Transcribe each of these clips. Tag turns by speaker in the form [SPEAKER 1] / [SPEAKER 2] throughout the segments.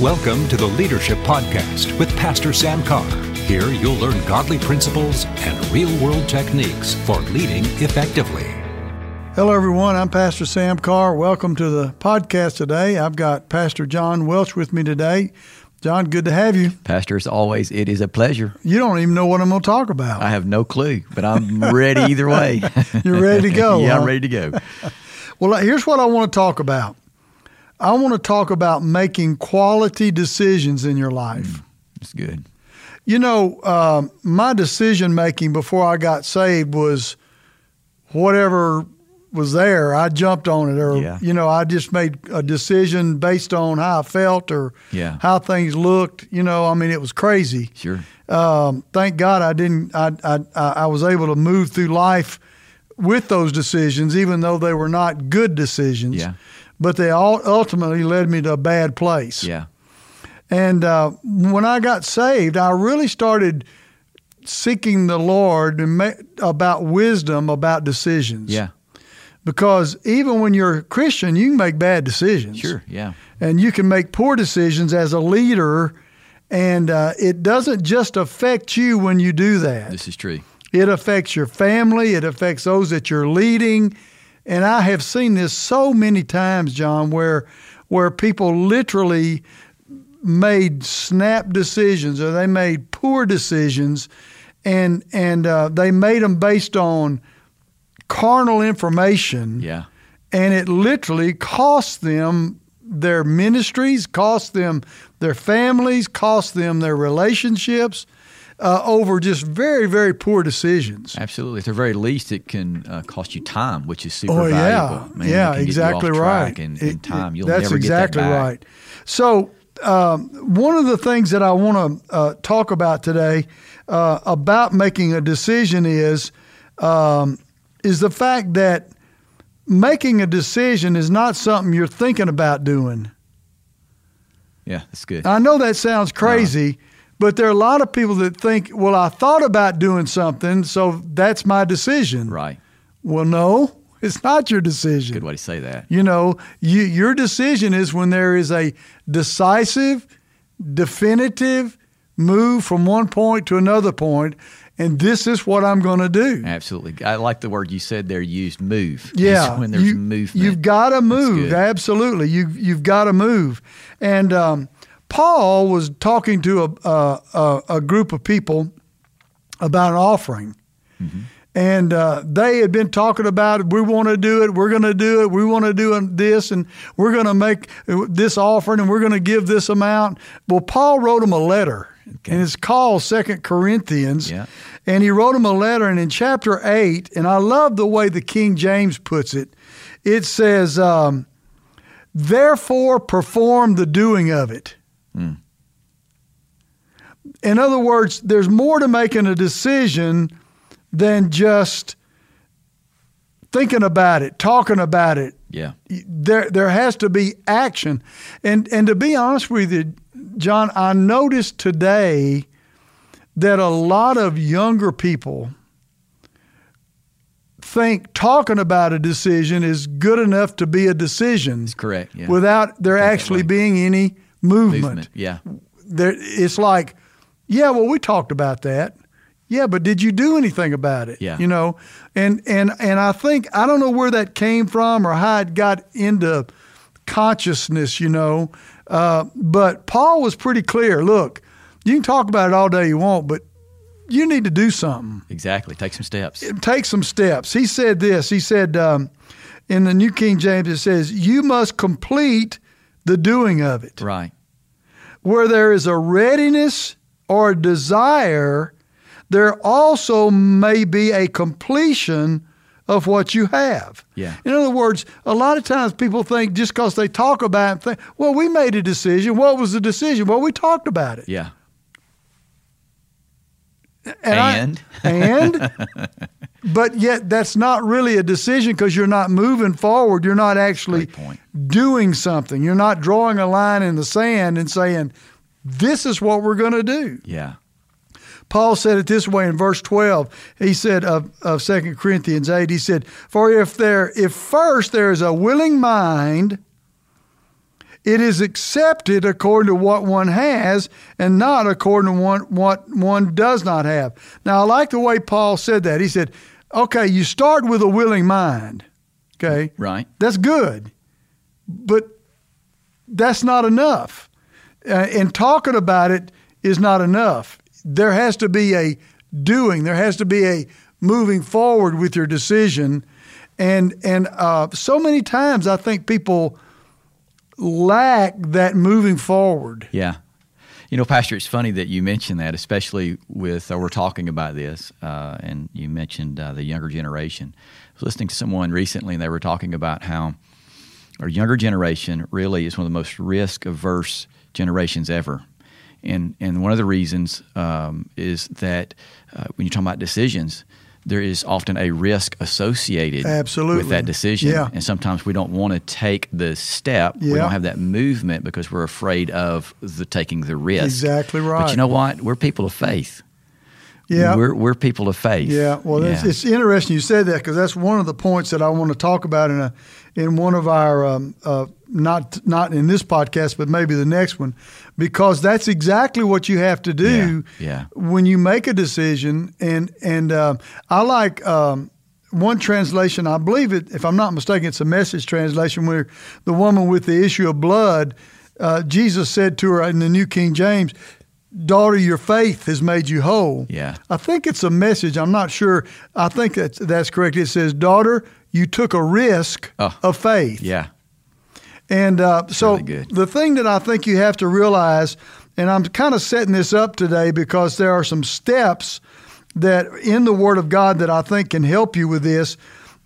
[SPEAKER 1] Welcome to the Leadership Podcast with Pastor Sam Carr. Here you'll learn godly principles and real world techniques for leading effectively.
[SPEAKER 2] Hello, everyone. I'm Pastor Sam Carr. Welcome to the podcast today. I've got Pastor John Welch with me today. John, good to have you.
[SPEAKER 3] Pastor, as always, it is a pleasure.
[SPEAKER 2] You don't even know what I'm going to talk about.
[SPEAKER 3] I have no clue, but I'm ready either way.
[SPEAKER 2] You're ready to go.
[SPEAKER 3] yeah,
[SPEAKER 2] huh?
[SPEAKER 3] I'm ready to go.
[SPEAKER 2] Well, here's what I want to talk about. I want to talk about making quality decisions in your life.
[SPEAKER 3] It's good.
[SPEAKER 2] You know, um, my decision making before I got saved was whatever was there, I jumped on it, or
[SPEAKER 3] Yeah.
[SPEAKER 2] you know, I just made a decision based on how I felt or
[SPEAKER 3] Yeah.
[SPEAKER 2] how things looked. You know, I mean, it was crazy.
[SPEAKER 3] Sure.
[SPEAKER 2] Um, thank God I didn't. I, I I I was able to move through life with those decisions, even though they were not good decisions.
[SPEAKER 3] Yeah.
[SPEAKER 2] But they all ultimately led me to a bad place.
[SPEAKER 3] Yeah.
[SPEAKER 2] And uh, when I got saved, I really started seeking the Lord and ma- about wisdom about decisions.
[SPEAKER 3] Yeah.
[SPEAKER 2] Because even when you're a Christian, you can make bad decisions.
[SPEAKER 3] Sure. Yeah.
[SPEAKER 2] And you can make poor decisions as a leader. And uh, it doesn't just affect you when you do that.
[SPEAKER 3] This is true.
[SPEAKER 2] It affects your family, it affects those that you're leading. And I have seen this so many times, John, where where people literally made snap decisions or they made poor decisions and and uh, they made them based on carnal information
[SPEAKER 3] Yeah.
[SPEAKER 2] and it literally cost them their ministries, cost them their families, cost them their relationships uh, over just very, very poor decisions.
[SPEAKER 3] Absolutely. At the very least, it can uh, cost you time, which is super
[SPEAKER 2] Oh yeah,
[SPEAKER 3] valuable. Man, it
[SPEAKER 2] yeah,
[SPEAKER 3] can get you off
[SPEAKER 2] exactly
[SPEAKER 3] track
[SPEAKER 2] right.
[SPEAKER 3] And,
[SPEAKER 2] It-
[SPEAKER 3] and time,
[SPEAKER 2] it-
[SPEAKER 3] you'll
[SPEAKER 2] that's
[SPEAKER 3] never
[SPEAKER 2] exactly
[SPEAKER 3] get that back.
[SPEAKER 2] right. So, um, one of the things that I want to uh, talk about today uh, about making a decision is um, is the fact that making a decision is not something you're thinking about doing.
[SPEAKER 3] Yeah, that's good.
[SPEAKER 2] I know that sounds crazy, but there are a lot of people that think, well, I thought about doing something, so that's my decision.
[SPEAKER 3] right.
[SPEAKER 2] Well, no, it's not your decision.
[SPEAKER 3] Good way to say that.
[SPEAKER 2] You know, you, your decision is when there is a decisive, definitive move from one point to another point, and this is what I'm going to do.
[SPEAKER 3] Absolutely. I like the word you said there. Used move. It's
[SPEAKER 2] Yeah,
[SPEAKER 3] when there's
[SPEAKER 2] you,
[SPEAKER 3] movement.
[SPEAKER 2] You've got to move.
[SPEAKER 3] good.
[SPEAKER 2] Absolutely, you you've got to move. And um, Paul was talking to a, a a a group of people about an offering, and uh, they had been talking about we want to do it, we're going to do it, we want to do this, and we're going to make this offering, and we're going to give this amount. Well, Paul wrote them a letter, and it's called Second Corinthians.
[SPEAKER 3] Yeah.
[SPEAKER 2] And he wrote him a letter, and in chapter 8, and I love the way the King James puts it, it says, um, Therefore perform the doing of it. In other words, there's more to making a decision than just thinking about it, talking about it,
[SPEAKER 3] yeah.
[SPEAKER 2] there there has to be action. And and to be honest with you, John, I noticed today that a lot of younger people think talking about a decision is good enough to be a decision.
[SPEAKER 3] It's correct. Yeah.
[SPEAKER 2] Without there
[SPEAKER 3] I think that
[SPEAKER 2] actually
[SPEAKER 3] way.
[SPEAKER 2] being any
[SPEAKER 3] movement. Yeah.
[SPEAKER 2] there, it's like, yeah, well, we talked about that. Yeah, but did you do anything about it?
[SPEAKER 3] Yeah.
[SPEAKER 2] You know, and and and I think I don't know where that came from or how it got into consciousness. You know, uh, but Paul was pretty clear. Look, you can talk about it all day you want, but you need to do something
[SPEAKER 3] Exactly. Take some steps.
[SPEAKER 2] take some steps. He said this. He said um, in the New King James, it says, "You must complete the doing of it."
[SPEAKER 3] Right.
[SPEAKER 2] Where there is a readiness or a desire, there also may be a completion of what you have.
[SPEAKER 3] Yeah.
[SPEAKER 2] In other words, a lot of times people think just because they talk about it, think, well, we made a decision. What was the decision? Well, we talked about it.
[SPEAKER 3] Yeah.
[SPEAKER 2] I-
[SPEAKER 3] And?
[SPEAKER 2] and but yet that's not really a decision because you're not moving forward you're not actually
[SPEAKER 3] Great point.
[SPEAKER 2] doing something you're not drawing a line in the sand and saying this is what we're going to do
[SPEAKER 3] Yeah.
[SPEAKER 2] paul said it this way in verse 12 he said of, of 2 corinthians 8 he said for if there if first there is a willing mind It is accepted according to what one has and not according to one, what one does not have. Now, I like the way Paul said that. He said, okay, you start with a willing mind. Okay.
[SPEAKER 3] Right.
[SPEAKER 2] That's good. But that's not enough. Uh, and talking about it is not enough. There has to be a doing. There has to be a moving forward with your decision. And and uh, so many times I think people lack that moving forward.
[SPEAKER 3] Yeah. You know, Pastor, it's funny that you mentioned that, especially with, uh, we're talking about this, uh, and you mentioned uh, the younger generation. I was listening to someone recently, and they were talking about how our younger generation really is one of the most risk averse generations ever. And, and one of the reasons um, is that uh, when you're talking about decisions, there is often a risk associated
[SPEAKER 2] Absolutely.
[SPEAKER 3] with that decision.
[SPEAKER 2] Yeah.
[SPEAKER 3] And sometimes we don't want to take the step. We
[SPEAKER 2] Yeah.
[SPEAKER 3] don't have that movement because we're afraid of the taking the risk.
[SPEAKER 2] Exactly
[SPEAKER 3] But
[SPEAKER 2] right.
[SPEAKER 3] you know what? We're people of faith.
[SPEAKER 2] Yeah.
[SPEAKER 3] We're, we're people of faith.
[SPEAKER 2] Yeah, well, It's, it's interesting you said that because that's one of the points that I want to talk about in a in one of our um, uh, not not in this podcast, but maybe the next one, because that's exactly what you have to do
[SPEAKER 3] Yeah, yeah.
[SPEAKER 2] when you make a decision. And and um, I like. Um, one translation, I believe it, if I'm not mistaken, it's a message translation where the woman with the issue of blood, uh, Jesus said to her in the New King James, Daughter, your faith has made you whole.
[SPEAKER 3] Yeah.
[SPEAKER 2] I think it's a message. I'm not sure. I think that's, that's correct. It says, Daughter, you took a risk
[SPEAKER 3] Oh.
[SPEAKER 2] of faith.
[SPEAKER 3] yeah.
[SPEAKER 2] And uh, so
[SPEAKER 3] really good.
[SPEAKER 2] the thing that I think you have to realize, and I'm kind of setting this up today because there are some steps that in the Word of God that I think can help you with this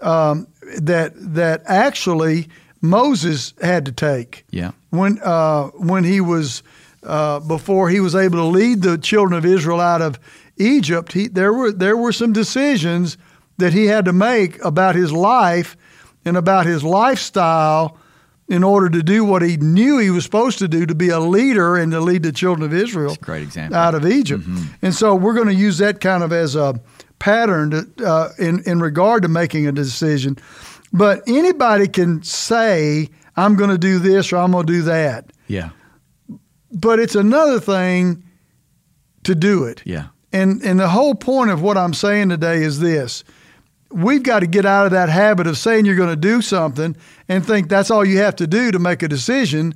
[SPEAKER 2] um, that, that actually Moses had to take
[SPEAKER 3] Yeah.
[SPEAKER 2] when uh, when he was uh, before he was able to lead the children of Israel out of Egypt, he, there were there were some decisions that he had to make about his life and about his lifestyle in order to do what he knew he was supposed to do to be a leader and to lead the children of Israel
[SPEAKER 3] That's a great example.
[SPEAKER 2] out of Egypt. And so we're going to use that kind of as a pattern to, uh, in in regard to making a decision. But anybody can say I'm going to do this or I'm going to do that.
[SPEAKER 3] Yeah.
[SPEAKER 2] But it's another thing to do it.
[SPEAKER 3] Yeah.
[SPEAKER 2] And and the whole point of what I'm saying today is this. We've got to get out of that habit of saying you're going to do something and think that's all you have to do to make a decision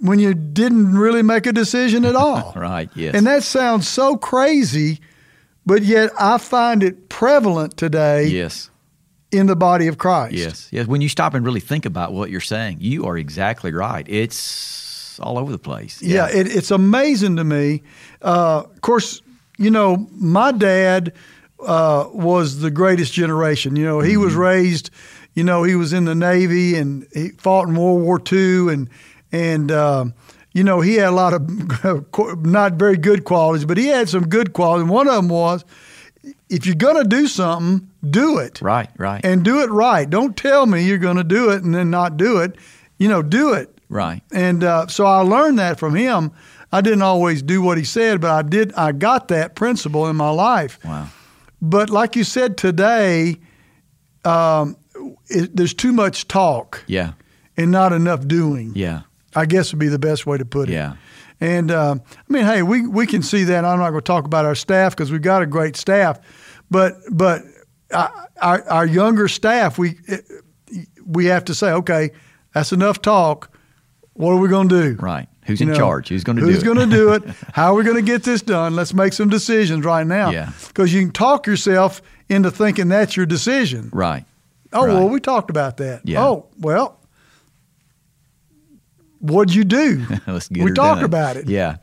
[SPEAKER 2] when you didn't really make a decision at all.
[SPEAKER 3] Right. Yes.
[SPEAKER 2] And that sounds so crazy, but yet I find it prevalent today
[SPEAKER 3] yes.
[SPEAKER 2] in the body of Christ.
[SPEAKER 3] Yes. Yes. When you stop and really think about what you're saying, you are exactly right. It's all over the place.
[SPEAKER 2] Yeah, it, it's amazing to me. Uh, of course, you know, my dad uh, was the greatest generation. You know, he was
[SPEAKER 3] Mm-hmm.
[SPEAKER 2] raised, you know, he was in the Navy and he fought in World War II and, and, um, you know, he had a lot of qu- not very good qualities, but he had some good qualities. One of them was if you're going to do something, do it.
[SPEAKER 3] Right. Right.
[SPEAKER 2] and do it right. Don't tell me you're going to do it and then not do it. You know, do it.
[SPEAKER 3] right.
[SPEAKER 2] And uh, so I learned that from him. I didn't always do what he said, but I did. I got that principle in my life.
[SPEAKER 3] Wow.
[SPEAKER 2] But like you said today, um, it, there's too much talk
[SPEAKER 3] Yeah.
[SPEAKER 2] and not enough doing.
[SPEAKER 3] Yeah.
[SPEAKER 2] I guess would be the best way to put it.
[SPEAKER 3] Yeah.
[SPEAKER 2] And uh, I mean, hey, we we can see that. I'm not going to talk about our staff because we've got a great staff, but but I- our our younger staff, we we have to say, okay, that's enough talk. What are we going to do?
[SPEAKER 3] Right. Who's
[SPEAKER 2] You
[SPEAKER 3] in
[SPEAKER 2] know,
[SPEAKER 3] charge? Who's going to do
[SPEAKER 2] Who's
[SPEAKER 3] it?
[SPEAKER 2] going to do it? How are we going to get this done? Let's make some decisions right now.
[SPEAKER 3] Yeah.
[SPEAKER 2] Because you can talk yourself into thinking that's your decision.
[SPEAKER 3] Right.
[SPEAKER 2] Oh
[SPEAKER 3] Right.
[SPEAKER 2] well, we talked about that.
[SPEAKER 3] Yeah.
[SPEAKER 2] Oh well, what'd you do?
[SPEAKER 3] Let's get
[SPEAKER 2] we
[SPEAKER 3] her
[SPEAKER 2] talked
[SPEAKER 3] done.
[SPEAKER 2] about it.
[SPEAKER 3] Yeah.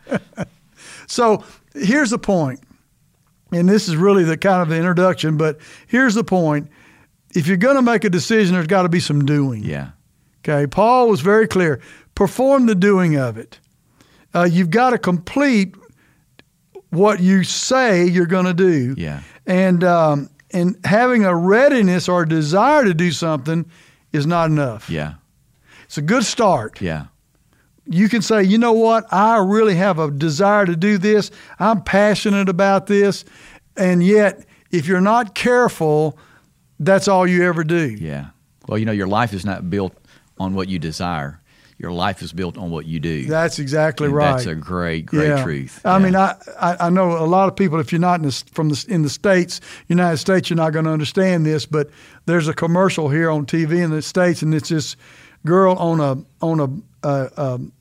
[SPEAKER 2] So here's the point, and this is really the kind of the introduction. But here's the point: if you're going to make a decision, there's got to be some doing.
[SPEAKER 3] Yeah.
[SPEAKER 2] Okay. Paul was very clear: perform the doing of it. Uh, you've got to complete what you say you're going to do.
[SPEAKER 3] Yeah.
[SPEAKER 2] And um, and having a readiness or desire to do something is not enough.
[SPEAKER 3] Yeah.
[SPEAKER 2] It's a good start
[SPEAKER 3] Yeah.
[SPEAKER 2] you can say, you know what, I really have a desire to do this. I'm passionate about this. And yet, if you're not careful, that's all you ever do.
[SPEAKER 3] Yeah. Well, you know, your life is not built on what you desire. your life is built on what you do.
[SPEAKER 2] That's exactly
[SPEAKER 3] And
[SPEAKER 2] right.
[SPEAKER 3] That's a great, great truth.
[SPEAKER 2] I
[SPEAKER 3] Yeah.
[SPEAKER 2] mean, I, I, I know a lot of people. If you're not in the, from the, in the states, United States, you're not going to understand this. But there's a commercial here on TV in the states, and it's this girl on a on a uh, um,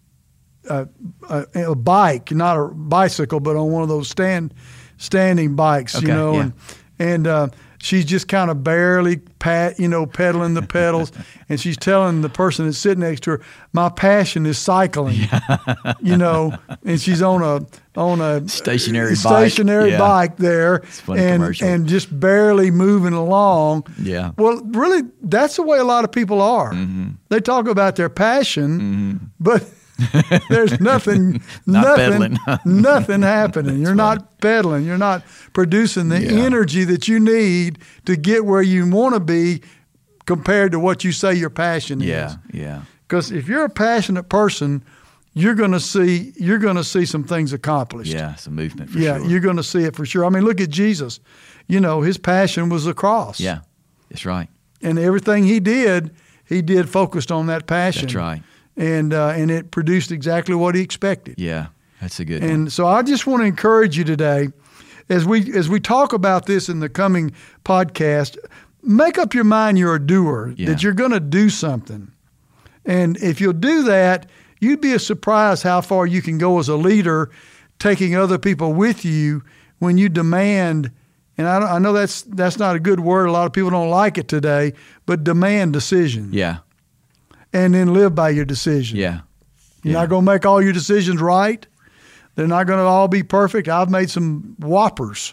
[SPEAKER 2] uh, a, a bike, not a bicycle, but on one of those stand standing bikes,
[SPEAKER 3] Okay,
[SPEAKER 2] you know,
[SPEAKER 3] yeah.
[SPEAKER 2] and and uh, she's just kind of barely pat, you know, pedaling the pedals, and she's telling the person that's sitting next to her, "My passion is cycling," you know, and she's on a on a
[SPEAKER 3] Stationary bike,
[SPEAKER 2] stationary
[SPEAKER 3] yeah.
[SPEAKER 2] bike there,
[SPEAKER 3] a funny
[SPEAKER 2] and
[SPEAKER 3] commercial.
[SPEAKER 2] and just barely moving along.
[SPEAKER 3] Yeah. Mm-hmm.
[SPEAKER 2] Well, really, that's the way a lot of people are. They talk about their passion, but. There's nothing,
[SPEAKER 3] Not
[SPEAKER 2] nothing,
[SPEAKER 3] pedaling.
[SPEAKER 2] nothing happening. You're not pedaling. You're not producing the
[SPEAKER 3] Yeah.
[SPEAKER 2] energy that you need to get where you want to be compared to what you say your passion
[SPEAKER 3] Yeah,
[SPEAKER 2] is.
[SPEAKER 3] yeah.
[SPEAKER 2] Because if you're a passionate person, you're going to see you're going to see some things accomplished.
[SPEAKER 3] Yeah, it's a movement for
[SPEAKER 2] Yeah,
[SPEAKER 3] sure.
[SPEAKER 2] you're going to see it for sure. I mean, look at Jesus. You know, his passion was the cross.
[SPEAKER 3] yeah, that's right.
[SPEAKER 2] and everything he did, he did focused on that passion.
[SPEAKER 3] That's right.
[SPEAKER 2] And uh, and it produced exactly what he expected.
[SPEAKER 3] Yeah, that's a good one.
[SPEAKER 2] And so I just want to encourage you today, as we as we talk about this in the coming podcast, make up your mind you're a doer,
[SPEAKER 3] Yeah.
[SPEAKER 2] that you're going to do something. And if you'll do that, you'd be surprised how far you can go as a leader, taking other people with you when you demand. And I, don't- I know that's that's not a good word. A lot of people don't like it today, but demand decision
[SPEAKER 3] Yeah,
[SPEAKER 2] and then live by your decision.
[SPEAKER 3] yeah,
[SPEAKER 2] You're
[SPEAKER 3] Yeah.
[SPEAKER 2] not going to make all your decisions right. They're not going to all be perfect. I've made some whoppers.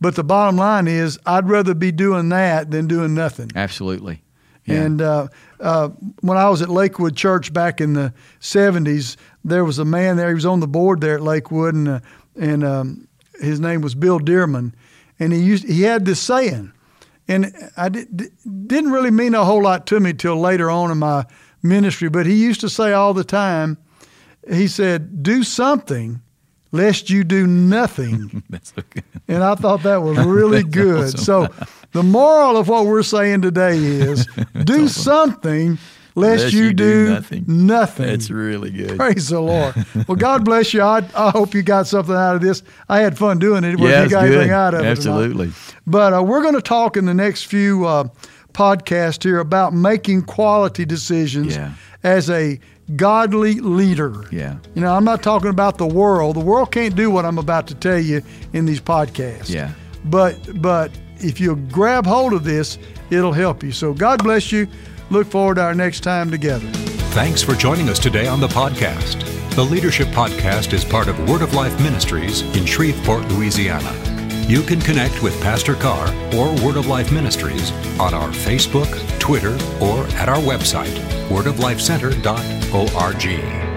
[SPEAKER 2] But the bottom line is, I'd rather be doing that than doing nothing.
[SPEAKER 3] absolutely. Yeah.
[SPEAKER 2] And uh, uh, when I was at Lakewood Church back in the 70s, there was a man there. He was on the board there at Lakewood, and, uh, and um, his name was Bill Dearman. And he, used, he had this saying, and I di- di- didn't really mean a whole lot to me till later on in my ministry, but he used to say all the time, he said, Do something lest you do nothing.
[SPEAKER 3] that's so good.
[SPEAKER 2] And I thought that was really good. So the moral of what we're saying today is do something lest,
[SPEAKER 3] Unless
[SPEAKER 2] you, do,
[SPEAKER 3] nothing.
[SPEAKER 2] nothing.
[SPEAKER 3] That's really good.
[SPEAKER 2] Praise the Lord. Well, God bless you. I, I hope you got something out of this. I had fun doing it. Whether
[SPEAKER 3] Yeah,
[SPEAKER 2] you
[SPEAKER 3] it's
[SPEAKER 2] got
[SPEAKER 3] good.
[SPEAKER 2] anything out of it or not.
[SPEAKER 3] Absolutely.
[SPEAKER 2] But uh, we're going to talk in the next few uh, podcasts here about making quality decisions
[SPEAKER 3] Yeah.
[SPEAKER 2] as a godly leader.
[SPEAKER 3] Yeah.
[SPEAKER 2] You know, I'm not talking about the world. The world can't do what I'm about to tell you in these podcasts.
[SPEAKER 3] Yeah.
[SPEAKER 2] But but if you grab hold of this, it'll help you. So God bless you. Look forward to our next time together.
[SPEAKER 1] Thanks for joining us today on the podcast. The Leadership Podcast is part of Word of Life Ministries in Shreveport, Louisiana. You can connect with Pastor Carr or Word of Life Ministries on our Facebook, Twitter, or at our website, wordoflifecenter.org.